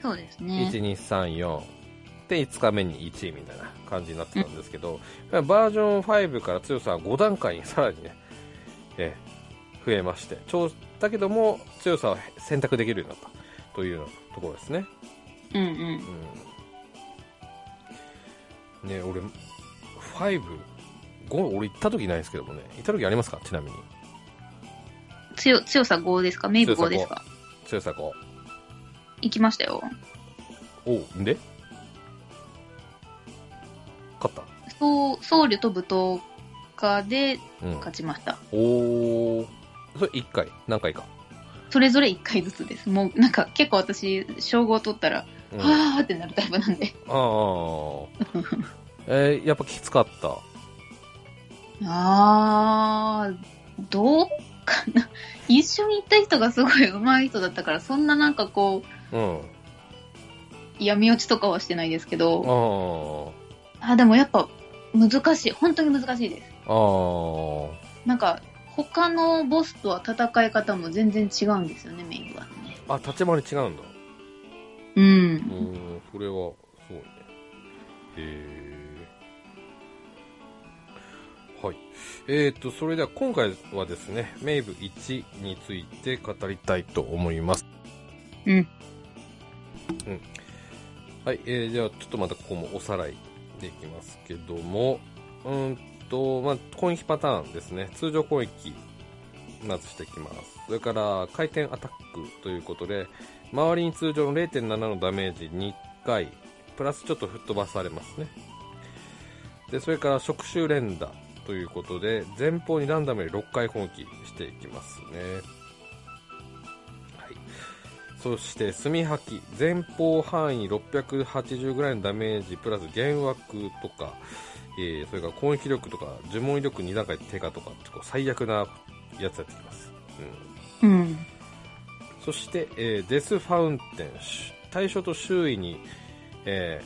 そうですね。 1234で5日目に1位みたいな感じになってたんですけど、バージョン5から強さは5段階に [laughs] さらにね、えー増えましてちょうだけども強さを選択できるようになったというようなところですね、うんうん。うん、ね俺55俺行った時ないですけどもね行った時ありますかちなみに強、強さ5ですか名武強さ5 5ですか強さ5行きましたよ。おうんで勝っそう、僧侶と舞踏家でた、うん、勝ちました。おおそれ1回何回か、それぞれ1回ずつです。もうなんか結構私、称号取ったら、うん、あはーってなるタイプなんで。あえーやっぱきつかったあー、どうかな。一緒に行った人がすごい上手い人だったから、そんななんかこう、うんあ闇落ちとかはしてないですけあど、ーあ、でもやっぱ難しい。本当に難しいです。あーなんか、他のボスとは戦い方も全然違うんですよね、メインはね。あ立ち回り違うんだう。うんんそれはすごいねへえはいえー、とそれでは今回はですねメイブ1について語りたいと思いますうん。はい、えーじゃあちょっとまたここもおさらいでいきますけども、うーんと、まあ、攻撃パターンですね。通常攻撃、まずしていきます。それから、回転アタックということで、周りに通常の0.7のダメージ2回、プラスちょっと吹っ飛ばされますね。で、それから、触手連打ということで、前方にランダムで6回攻撃していきますね。はい。そして、墨吐き。前方範囲680ぐらいのダメージ、プラス幻惑とか、えーそれから攻撃力とか、呪文威力2段階低下とか、ちょっと最悪なやつやってきます。うん、うん。そして、えーデスファウンテン。し対象と周囲に、え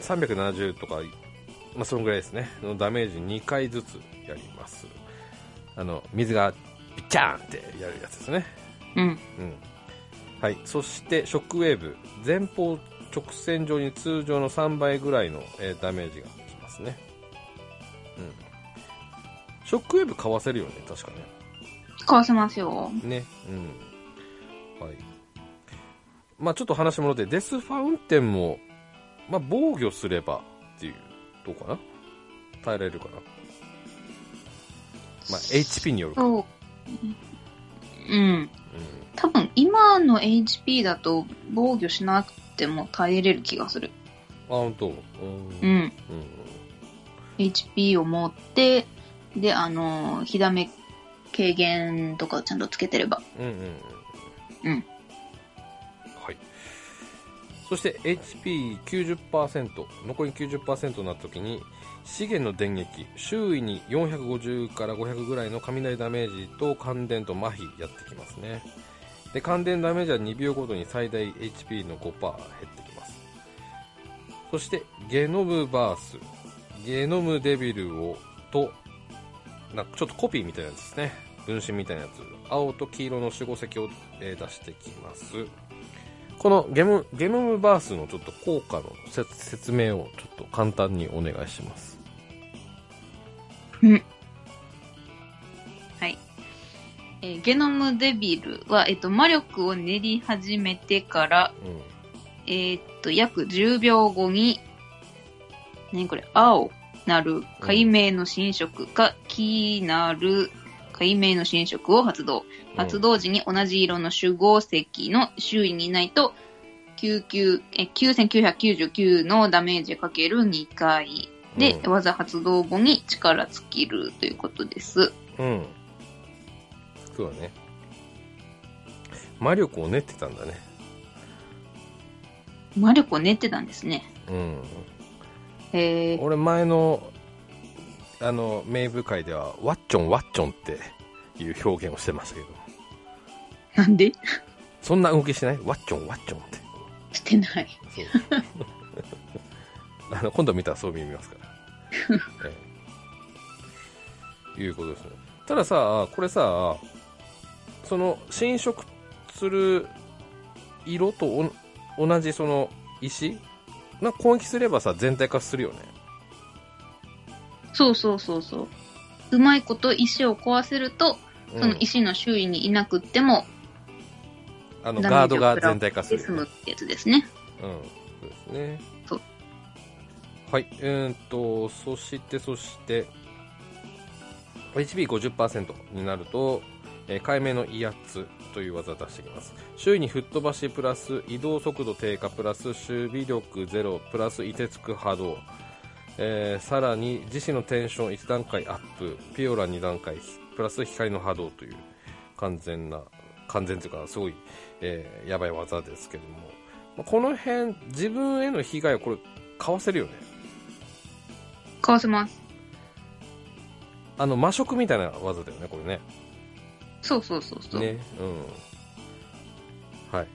ー370とか、まあ、そのぐらいですね。のダメージ2回ずつやります。あの、水が、ビチャーンってやるやつですね。うん。うんはい、そしてショックウェーブ前方直線上に通常の3倍ぐらいの、えーダメージがきますね、うん、ショックウェーブかわせるよね確かねかわせますよ。ね、うん。はい。まあちょっと話戻って、デスファウンテンも、まあ防御すればっていう、どうかな耐えられるかなまあ HP によるか。うん。そう。うん。多分、今の HP だと防御しなくても耐えれる気がする。あ、本当。う。うんん。うん HP を持って、で、あの、火だめ軽減とかをちゃんとつけてれば。うんうんうんうんはいそして HP90% 残り90%になった時に資源の電撃周囲に450から500ぐらいの雷ダメージと感電と麻痺やってきますねで感電ダメージは2秒ごとに最大 HP の5%減ってきますそしてゲノムバースゲノムデビルをとなんかちょっとコピーみたいなやつですね分身みたいなやつ青と黄色の守護石を、えー出してきますこのゲムゲノムバースのちょっと効果のせ説明をちょっと簡単にお願いしますはい。えーゲノムデビルは、えっと、魔力を練り始めてから、うんえーっと、約10秒後に、何これ、青なる解明の新色か、黄なる解明の新色を発動。発動時に同じ色の集合石の周囲にいないと、99え9999のダメージかける2回で、うん技発動後に力尽きるということです。うんそうだね魔力を練ってたんだね魔力を練ってたんですね。うんえー、俺前のあの名舞会ではワッチョンワッチョンっていう表現をしてましたけど [laughs] なんでそんな動きしないワッチョンワッチョンってしてない。そう [laughs] あの今度見たらそう見ます [laughs] から、ええいうことですねたださこれさその侵食する色とお同じその石なんか攻撃すればさ全体化するよねそうそうそうそう。うまいこと石を壊せると、その石の周囲にいなくってもうん、あのガードが全体化すでるよ済ねむってやつですね。うん、そうですね。そうはい、うーんと、そして、そして、HP50% になると、えー、解明の威圧という技を出してきます。周囲に吹っ飛ばしプラス移動速度低下プラス守備力ゼロプラス凍てつく波動、えーさらに自身のテンション1段階アップ、ピオラ2段階、プラス光の波動という完全な、完全というかすごい、えーやばい技ですけども、まあこの辺、自分への被害をこれ、かわせるよね。かわせます。あの、魔食みたいな技だよね、これね。そうそうそうそう。ね。うん。はい。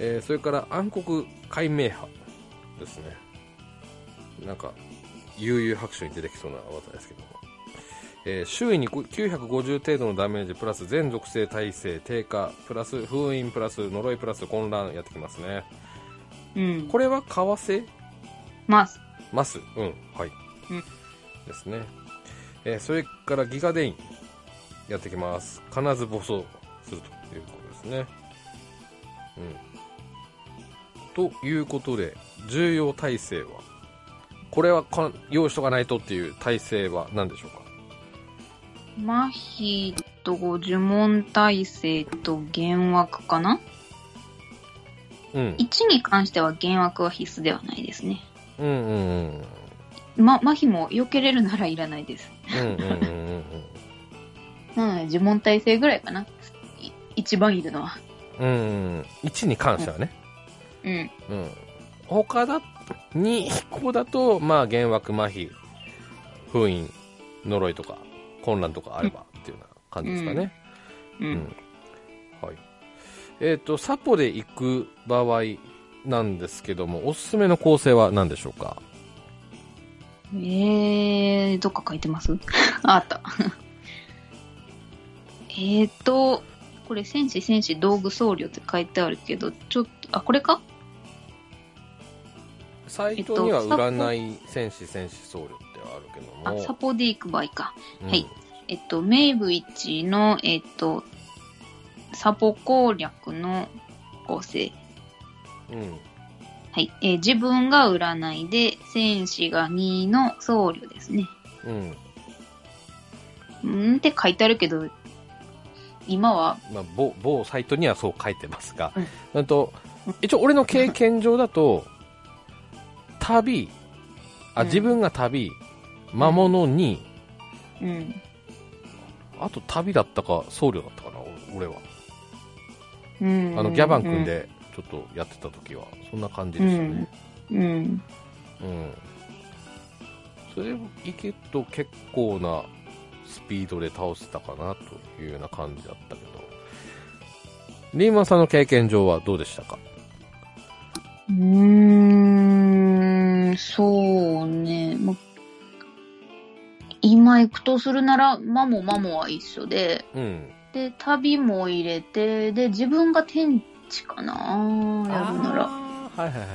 えーそれから、暗黒解明派ですね。なんか、悠々白書に出てきそうな技ですけども。えー周囲にこ950程度のダメージ、プラス全属性耐性低下、プラス封印、プラス呪い、プラス混乱やってきますね。うん。これはかわせます。ます。うん。はい。うんですね。えーそれからギガデイン、やってきます。必ず暴走するということですね。うん。ということで重要体制はこれはかん用意しとかないとっていう体制は何でしょうか麻痺と呪文耐性と幻惑かなうん、 ?1 に関しては幻惑は必須ではないですね。うんうんうんま、麻痺も避けれるならいらないです。うんうんうんうんうんなので呪文耐性ぐらいかな。い一番いるのは。うん1に関してはね、うん。うん、他だに飛行だと、まあ、幻惑麻痺封印呪いとか混乱とかあればっていうような感じですかね、う。うんんはいえっ、とサポで行く場合なんですけどもおすすめの構成は何でしょうかえー、どっか書いてます [laughs] ああった。えーと、これ、戦士、戦士、道具、僧侶って書いてあるけど、ちょっと、あ、これかサイトには占い戦士戦士僧侶ってあるけどもあ、サポで行く場合か。うんはいえっと、名ブ1の、えっと、サポ攻略の構成。うんはい。えー自分が占いで、戦士が2の僧侶ですね。うんうんって書いてあるけど、今は、まあ、某某サイトにはそう書いてますが、うんうん、と一応俺の経験上だと旅あうん自分が旅、魔物にうん。あと旅だったか僧侶だったかなお俺はうん。あのギャバン君でちょっとやってた時はそんな感じですよねうん。うん。うん、それいけと結構なスピードで倒せたかなというような感じだったけどリーマンさんの経験上はどうでしたかうーん、そうね。ま、今行くとするなら、マモマモは一緒で、うんで、旅も入れて、で、自分が天地かなやるなら。あーはいはいはいはい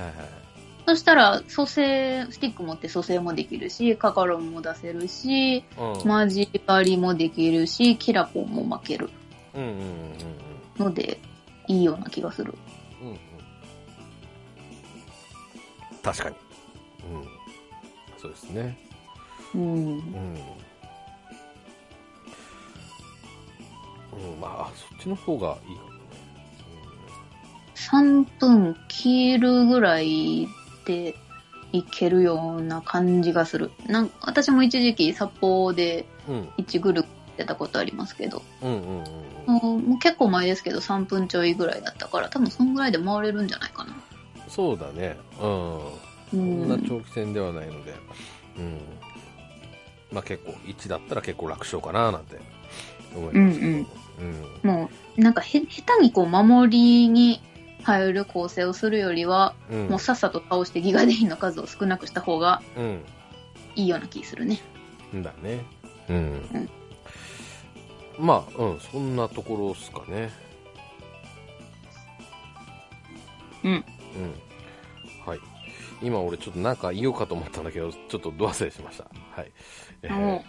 そしたら、蘇生、スティック持って蘇生もできるし、カカロンも出せるし、うんマジバリもできるし、キラポンも負けるうんうんうんうんので、いいような気がする。うんうん確かに、うん、そうですね、うう。んんうん、まああそっちの方がいいかもね、 3分切るぐらいでいけるような感じがする。なん私も一時期札幌でうん、 1グループやったことありますけど、うんうんうんううんんもう結構前ですけど3分ちょいぐらいだったから、多分そんぐらいで回れるんじゃないかな。そうだねうんう。そんなん長期戦ではないのでうんまあ結構1だったら結構楽勝かななんて思いますけどもうんもう、なんかへ、下手にこう守りに入る構成をするよりは、うんもうさっさと倒してギガデインの数を少なくした方がうんいいような気するね。だねうん、うんまあうんそんなところっすかねうんうんはい今俺ちょっとなんか言おうかと思ったんだけどちょっとど忘れしましたはい、えーも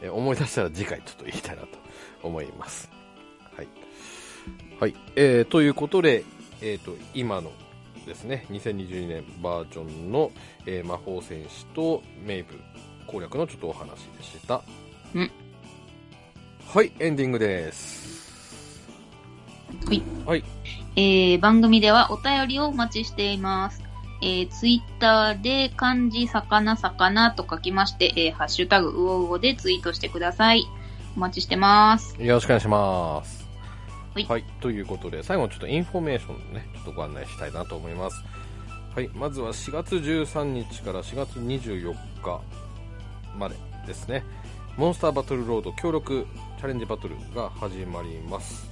えー思い出したら次回ちょっと言いたいなと思いますはい、はいえーということで、えー、と今のですね2022年バージョンの、えー魔法戦士とメイブ攻略のちょっとお話でしたうんはいエンディングですうはい。はいえー番組ではお便りをお待ちしています。えツイッター Twitter で漢字、魚、魚と書きまして、えーハッシュタグ、うおうおでツイートしてください。お待ちしてます。よろしくお願いします。はいということで、最後にちょっとインフォメーションのね、ちょっとご案内したいなと思います。はい、まずは4月13日から4月24日までですね、モンスターバトルロード協力チャレンジバトルが始まります。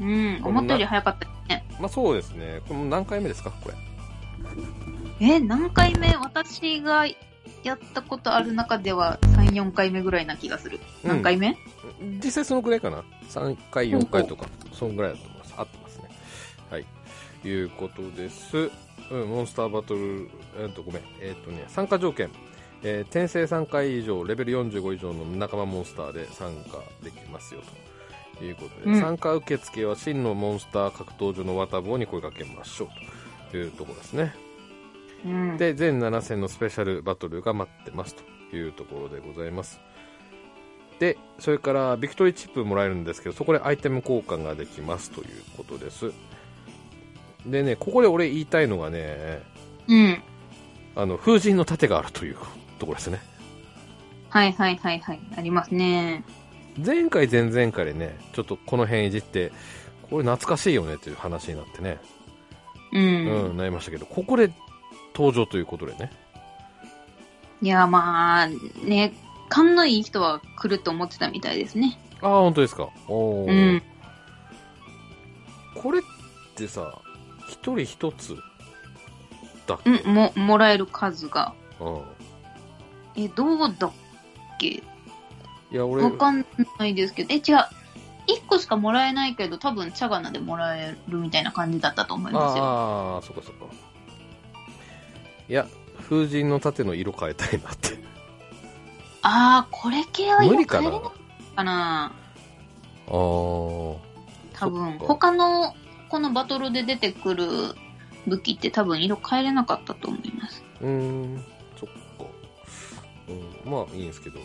うん、思ったより早かったね。まあそうですね、これもう何回目ですか、これ。えー何回目私がやったことある中では3、4回目ぐらいな気がする。うん何回目、実際そのくらいかな3回うん4回とかそんぐらいだと思います合ってますねはいいうことです、うん、モンスターバトルえっとごめんえっとね参加条件えー転生3回以上レベル45以上の仲間モンスターで参加できますよということで、うん参加受付は真のモンスター格闘場の綿棒に声かけましょうとというところですね。うん。で、全7戦のスペシャルバトルが待ってますというところでございます。で、それからビクトリーチップもらえるんですけど、そこでアイテム交換ができますということです。でね、ここで俺言いたいのがね、うん。あの、風神の盾があるというところですね。はいはいはいはい。ありますね。前回前々回でね、ちょっとこの辺いじって、これ懐かしいよねという話になってね、う。うんん、なりましたけど、ここで登場ということでね。いや、まあ、ね、勘のいい人は来ると思ってたみたいですね。ああ、本当ですか。おーうん。これってさ、一人一つだっけ、うん、も、もらえる数が。うん、え、どうだっけいや、俺、わかんないですけど、え、違う。1個しかもらえないけど、多分、チャガナでもらえるみたいな感じだったと思いますよ。ああ、そっかそっか。いや、風神の盾の色変えたいなって。ああー、これ系は無今理帰かれななあいかな。 [laughs] あー。多分、そっか他の、このバトルで出てくる武器って多分色変えれなかったと思います。うーん、そっか。うん、まあいいんですけど。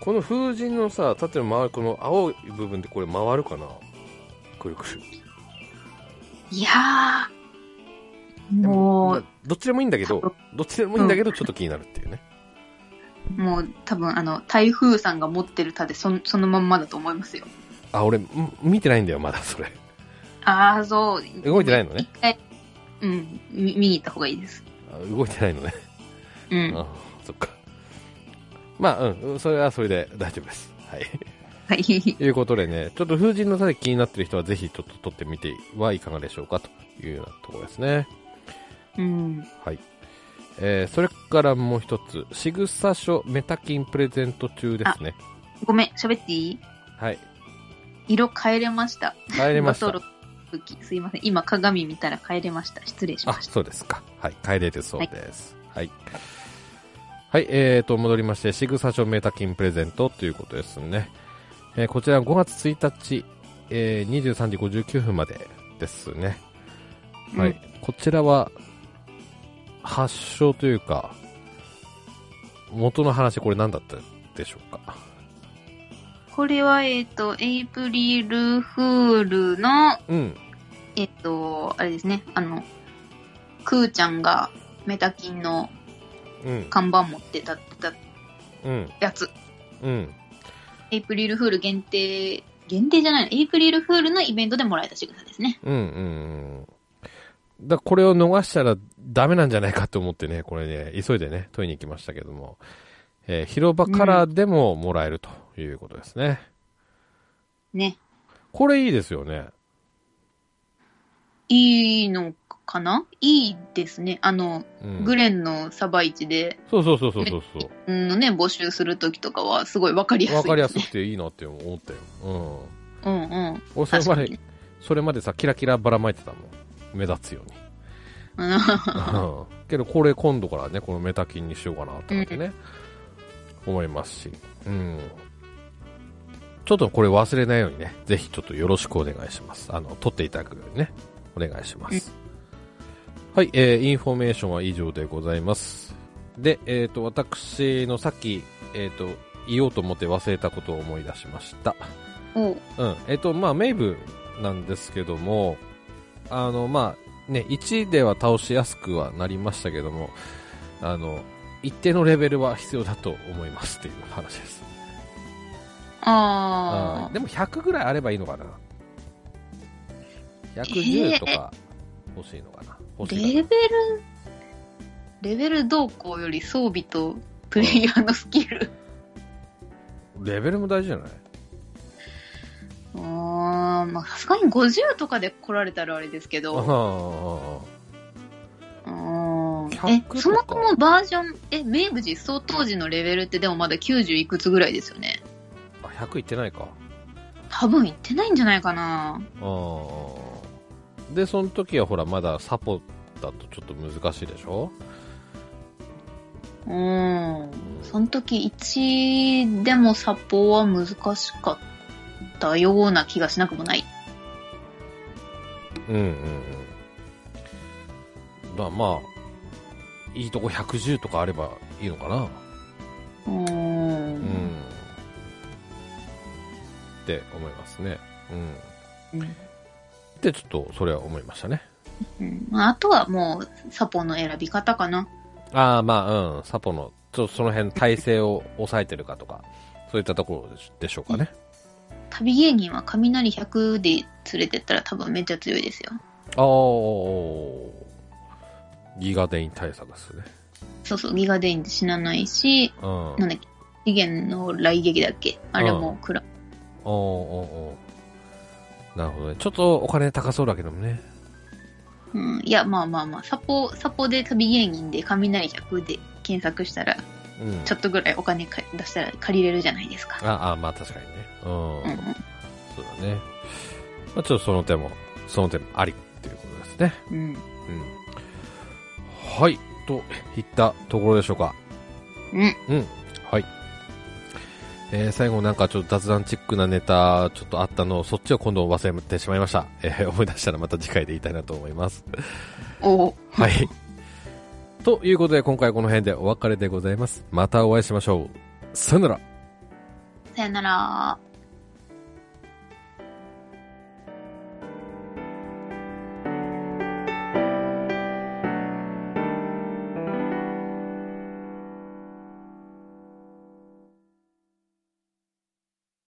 この風神のさ、縦の回る、この青い部分でこれ回るかなくるくる。いやー、もまあう、どっちでもいいんだけど、どっちでもいいんだけど、ちょっと気になるっていうね。もう多分、あの、台風さんが持ってる盾そん、そのまんまだと思いますよ。あ、俺、ん見てないんだよ、まだそれ。ああ、そう。動いてないのね一回、うん、み見に行った方がいいです。あ動いてないのね。うん。はあそっか。まあ、うん、それはそれで大丈夫です。はい。い。ということでね、ちょっと風神の際気になってる人はぜひちょっと撮ってみてはいかがでしょうかというようなところですね。うん。はい。えー、それからもう一つ、仕草書メタキンプレゼント中ですね。ごめん、喋っていいはい。色変えれました。帰れましバたト。ル武器。すいません。今鏡見たら変えれました。失礼しあ、ました。そうですか。はい。帰れるそうです。はい。はい、えーと、戻りまして、仕草書メタキンプレゼントということですね。えーこちら5月1日、えー23時59分までですね。はういん。。こちらは、発祥というか、元の話これ何だったでしょうか。これは、えっ、と、エイプリルフールの、うん。えっ、と、あれですね。あの、クーちゃんがメタキンのうん。看板持ってたたうん。やつ。うん。エイプリルフール限定、限定じゃないのエイプリルフールのイベントでもらえた仕草ですね。うんうんうん。だこれを逃したらダメなんじゃないかと思ってね、これね、急いでね、取りに行きましたけども、えー広場からでももらえるということですね。ね。これいいですよね。いいのかないいですね。あの、うん、グレンのサバイチで、そうそうそうそうそうそうんのね、募集するときとかは、すごいわかりやう。すい、わかりやすく。ていいなって思ったよ。うん。うんうん。俺それま確かにで、それまでさ、キラキラばらまいてたもん。目立つように。うんうんけどこれ今度からね、このメタキンにしようかなと思ってね、思いますし、うん。ちょっとこれ忘れないようにね、ぜひちょっとよろしくお願いします。あの、取っていただくようにね、お願いします。はい、えー、インフォメーションは以上でございます。で、えっ、と、私のさっき、えっ、と、言おうと思って忘れたことを思い出しました。おううん。えっ、と、まあ、メイブなんですけども、あの、まあ、ね、1では倒しやすくはなりましたけども、あの、一定のレベルは必要だと思いますっていう話です。あうんーでも100ぐらいあればいいのかな。110とか欲しいのかな。欲しいかレベル、レベル動向より装備とプレイヤーのスキル。なレベルも大事じゃないあーまあ、さすがに50とかで来られたらあれですけあど。あうん100えと、かそもそもバージョン、え、名物実装当時のレベルってでもまだ90いくつぐらいですよね。あ、100いってないか。多分いってないんじゃないかな。うんで、その時はほら、まだサポだとちょっと難しいでしょうん。その時1でもサポは難しかったような気がしなくもない。うんうんうん。からまあ、いいとこ110とかあればいいのかな。うー。うんん。って思いますね。うん。ってちょっと、それは思いましたね。うん。まああとはもう、サポの選び方かな。ああ、まあ、うん、サポの、ちょっとその辺、体勢を抑えてるかとか、そういったところでしょうかね。旅芸人は雷100で連れてったら多分めっちゃ強いですよ。ああ、ギガデイン対策ですね。そうそう、ギガデインで死なないし、うん。おなんだっけ、次元の雷撃だっけあれも暗、おおおなるほどね。ちょっとお金高そうだけどもね。うん。いや、まあまあまあ、サポ、サポで旅芸人で雷100で検索したら、うん。ちょっとぐらいお金か出したら借りれるじゃないですか。ああ、まあ確かにね。うん。うんうん。そうだね。まあちょっとその点も、その点もありっていうことですね。うん。うん。はい。といったところでしょうか。うん。うん。はい。えー最後なんかちょっと雑談チックなネタちょっとあったのをそっちを今度忘れてしまいました。えー [laughs] 思い出したらまた次回で言いたいなと思います。お [laughs] ーはい。ということで今回はこの辺でお別れでございます。またお会いしましょう。さよなら。さよなら。